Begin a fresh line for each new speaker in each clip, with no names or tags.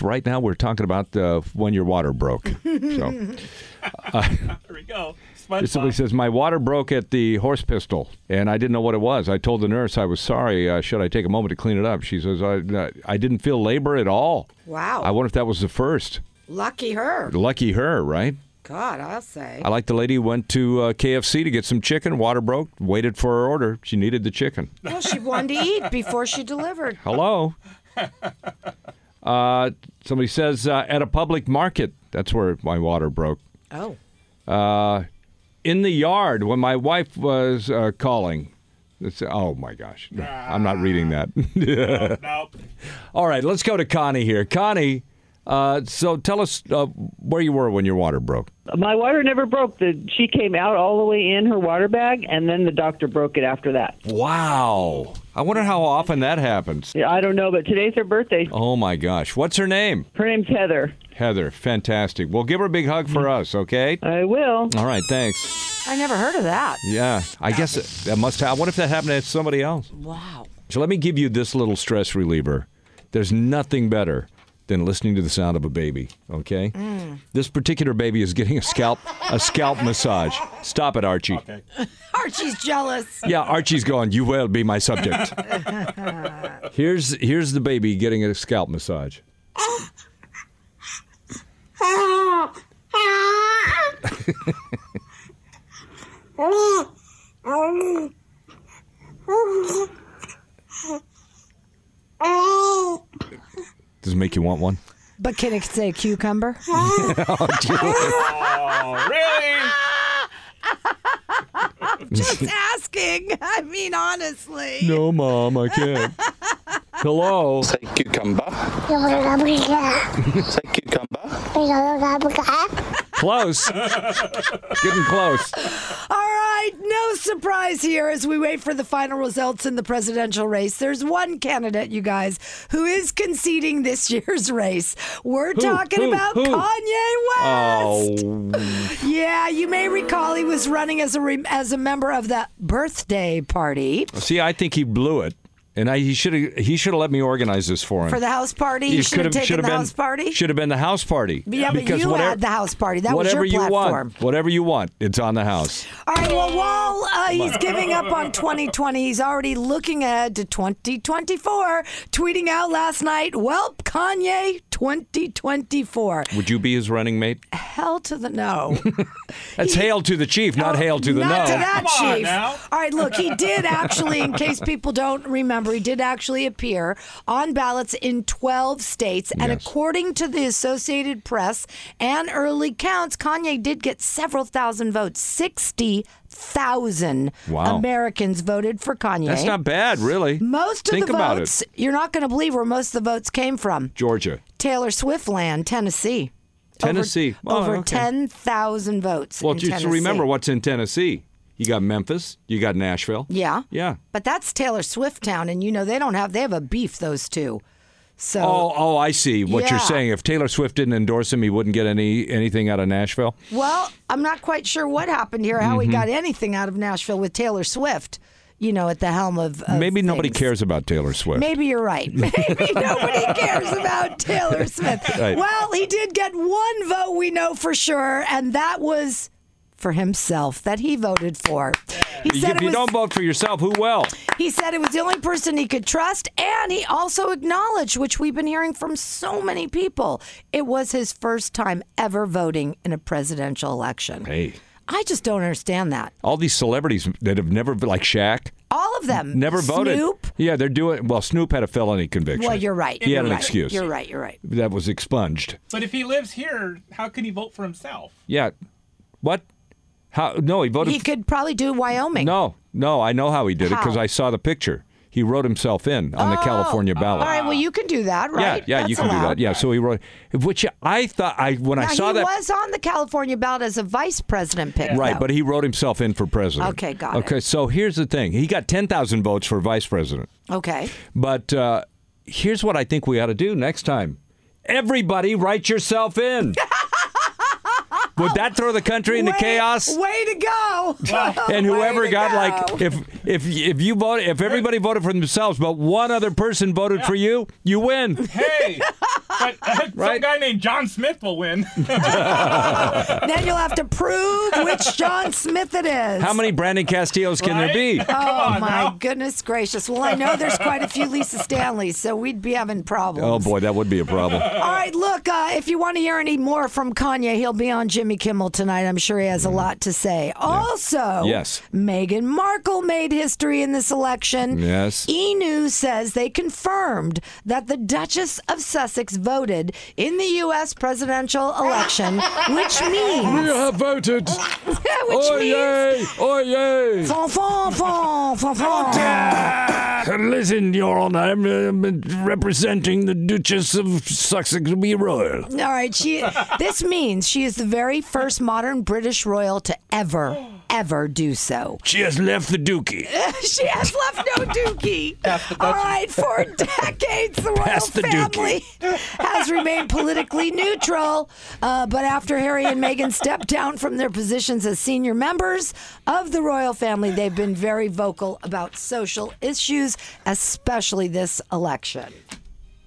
Right now, we're talking about uh, when your water broke. So
There we go. SpongeBob.
somebody says my water broke at the horse pistol, and I didn't know what it was. I told the nurse I was sorry. Uh, should I take a moment to clean it up? She says I uh, I didn't feel labor at all.
Wow.
I wonder if that was the first.
Lucky her.
Lucky her, right?
God, I'll say.
I like the lady who went to uh, KFC to get some chicken. Water broke. Waited for her order. She needed the chicken.
Well, she wanted to eat before she delivered.
Hello. uh, somebody says uh, at a public market. That's where my water broke.
Oh.
uh, in the yard when my wife was uh, calling. It's, oh my gosh, I'm not reading that.
Nope.
All right, let's go to Connie here. Connie, uh, so tell us uh, where you were when your water broke.
My water never broke. The, she came out all the way in her water bag, and then the doctor broke it after that.
Wow, I wonder how often that happens.
Yeah, I don't know, but today's her birthday.
Oh my gosh, what's her name?
Her name's Heather.
Heather, fantastic. Well, give her a big hug for us, okay?
I will.
All right, thanks.
I never heard of that.
Yeah, I guess that- that must happen. What if that happened to somebody else?
Wow.
So let me give you this little stress reliever. There's nothing better than listening to the sound of a baby. Okay. This particular baby is getting a scalp a scalp massage. Stop it, Archie.
Archie's jealous.
Yeah, Archie's going. You will be my subject. here's here's the baby getting a scalp massage. Does it make you want one?
But can it say cucumber?
Oh,
Oh, really?
Just asking. I mean, honestly.
No, mom, I can't. Hello.
Say cucumber. Say cucumber.
Close. Getting close.
All right. No surprise here as we wait for the final results in the presidential race. There's one candidate, you guys, who is conceding this year's race. We're talking
Who?
about
Who?
Kanye West.
Oh,
Yeah, you may recall he was running as a re- as a member of the birthday party
See, I think he blew it, and I, he should have he should have let me organize this for him.
for the house party. You should have taken the
been,
house party.
Should have been the house party.
Yeah, but
because
you
whatever,
had the house party. That was your
whatever you
platform.
want, whatever you want, it's on the house.
All right, well, Wall, uh, he's giving up on 2020. He's already looking ahead to 2024, tweeting out last night, Welp, Kanye 2024.
Would you be his running mate?
Hell to the no.
That's hail to the chief, not hail to the
Oh, Not
no.
to that,
Come on
Chief.
now.
All right, look, he did actually, in case people don't remember, he did actually appear on ballots in 12 states. And
Yes.
according to the Associated Press and early counts, Kanye did get several thousand votes 60,000
Wow.
Americans voted for Kanye.
That's not bad, really.
most of
Think
the
about
votes,
it.
you're not going to believe where most of the votes came from.
Georgia,
Taylor Swift land, Tennessee. Over-
Tennessee. Oh,
Over,
okay.
10,000 votes.
Well,
in
just
Tennessee.
remember what's in Tennessee. You got Memphis. You got Nashville.
Yeah.
Yeah.
But that's Taylor Swift town, and you know they don't have they have a beef those two. So
Oh, oh, I see what you're
Yeah.
saying. If Taylor Swift didn't endorse him, he wouldn't get any anything out of Nashville.
well, I'm not quite sure what happened here, how we
Mm-hmm.
got anything out of Nashville with Taylor Swift, you know, at the helm of, of
Maybe nobody
things.
cares about Taylor Swift.
Maybe you're right. Maybe nobody cares about Taylor Swift.
Right.
Well, he did get one vote, we know for sure, and that was for himself that he voted for. He said
if
it
you
was
don't vote for yourself, who will?
He said it was the only person he could trust, and he also acknowledged, which we've been hearing from so many people, it was his first time ever voting in a presidential election.
Hey,
I just don't understand that.
all these celebrities that have never, like Shaq,
All of them
never voted.
Snoop.
Yeah, they're doing. Well, Snoop had a felony conviction.
Well, you're right.
He
you're
had an
right.
excuse.
You're right. You're right.
That was expunged.
But if he lives here, how can he vote for himself?
Yeah. What? How? No, he voted.
He could probably do Wyoming.
no, no. I know how he did it because
How?
I saw the picture. he wrote himself in on the California ballot.
All right, well, you can do that, right?
Yeah, yeah, you can
That's
do that.
allowed.
Yeah, so he wrote, which I thought I when I
Now,
saw
he
that.
was on the California ballot as a vice president pick.
Right,
though.
but he wrote himself in for president.
Okay, got it.
Okay, so here's the thing: he got ten thousand votes for vice president.
okay.
But uh, here's what I think we ought to do next time: everybody write yourself in. Would that throw the country into
Way-
chaos?
Way to go!
and
Way
whoever
to
got
go.
like if if if you voted if everybody voted for themselves but one other person voted for you you win
Hey, but uh, some
Right.
guy named John Smith will win.
then you'll have to prove which John Smith it is.
how many brandon castillos can there be
Oh my
now.
goodness gracious! Well, I know there's quite a few Lisa Stanleys, so we'd be having problems.
oh boy that would be a problem
All right, look, uh, if you want to hear any more from Kanye, he'll be on Jimmy Kimmel tonight. I'm sure he has a lot to say. Also,
Yes.
Meghan Markle made history in this election.
Yes.
E News says they confirmed that the Duchess of Sussex voted in the U.S. presidential election, which means.
have voted
Which means.
oh yay
Fon, fon, fon, fon, fon.
Listen, Your Honor, I'm uh, representing the Duchess of Sussex to be royal.
All right, she. This means she is the very first modern British royal to ever, ever do so.
She has left the dookie.
she has left no dookie. All right, for decades, the royal
Pass the
family
dookie.
has remained politically neutral. Uh, but after Harry and Meghan stepped down from their positions as senior members of the royal family, they've been very vocal about social issues, especially this election.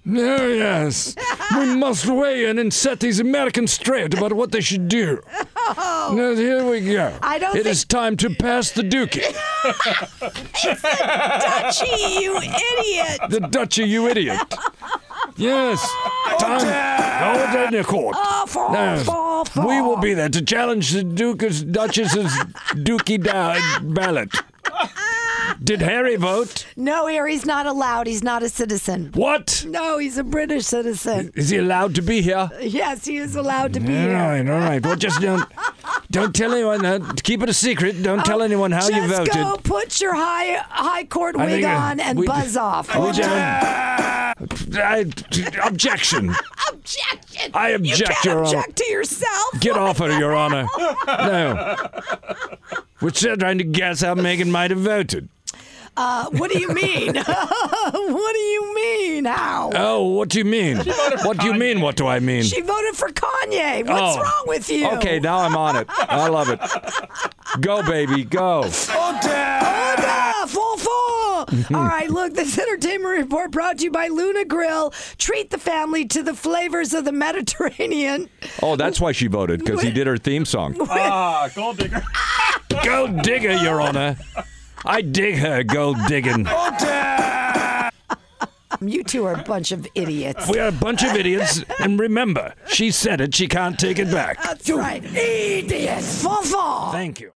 Oh, yes. we must weigh in and set these Americans straight about what they should do. Now, here we go.
Oh. I don't
It
think-
is time to pass the dookie.
Dutchie, you idiot!
the duchy, you idiot. Yes. Time. Order in the court.
Oh, fall,
Now,
fall, fall.
we will be there to challenge the Duke's Duchess's dookie da- ballot. Did Harry vote?
No, Harry's not allowed. He's not a citizen.
What?
No, he's a British citizen.
Is he allowed to be here?
Yes, he is allowed to be
All
here.
right, all right. Well, just don't, don't tell anyone. Uh, keep it a secret. Don't tell anyone how you
Oh, Just
voted.
go put your high high court
I
wig
think, uh,
on and
we-
buzz off.
we don't- I, objection.
objection.
I
you
object,
can't
Your Honor.
object to yourself.
Get off her, Your Honor. No. We're still trying to guess how Megan might have voted.
Uh, what do you mean? what do you mean? How?
Oh, what do you mean? What do you mean? What do I mean?
she voted for Kanye. What's
Oh.
wrong with you?
Okay, now I'm on it. I love it. Go, baby, go.
Yeah, full full. All right, look, this entertainment report brought to you by Luna Grill. Treat the family to the flavors of the Mediterranean.
Oh, that's why she voted, because he did her theme song.
Ah, gold digger.
Go digger, Your Honor. I dig her, gold digging.
You two are a bunch of idiots.
We are a bunch of idiots, and remember, she said it, she can't take it back.
That's right. Idiots. Fun, fun.
Thank you.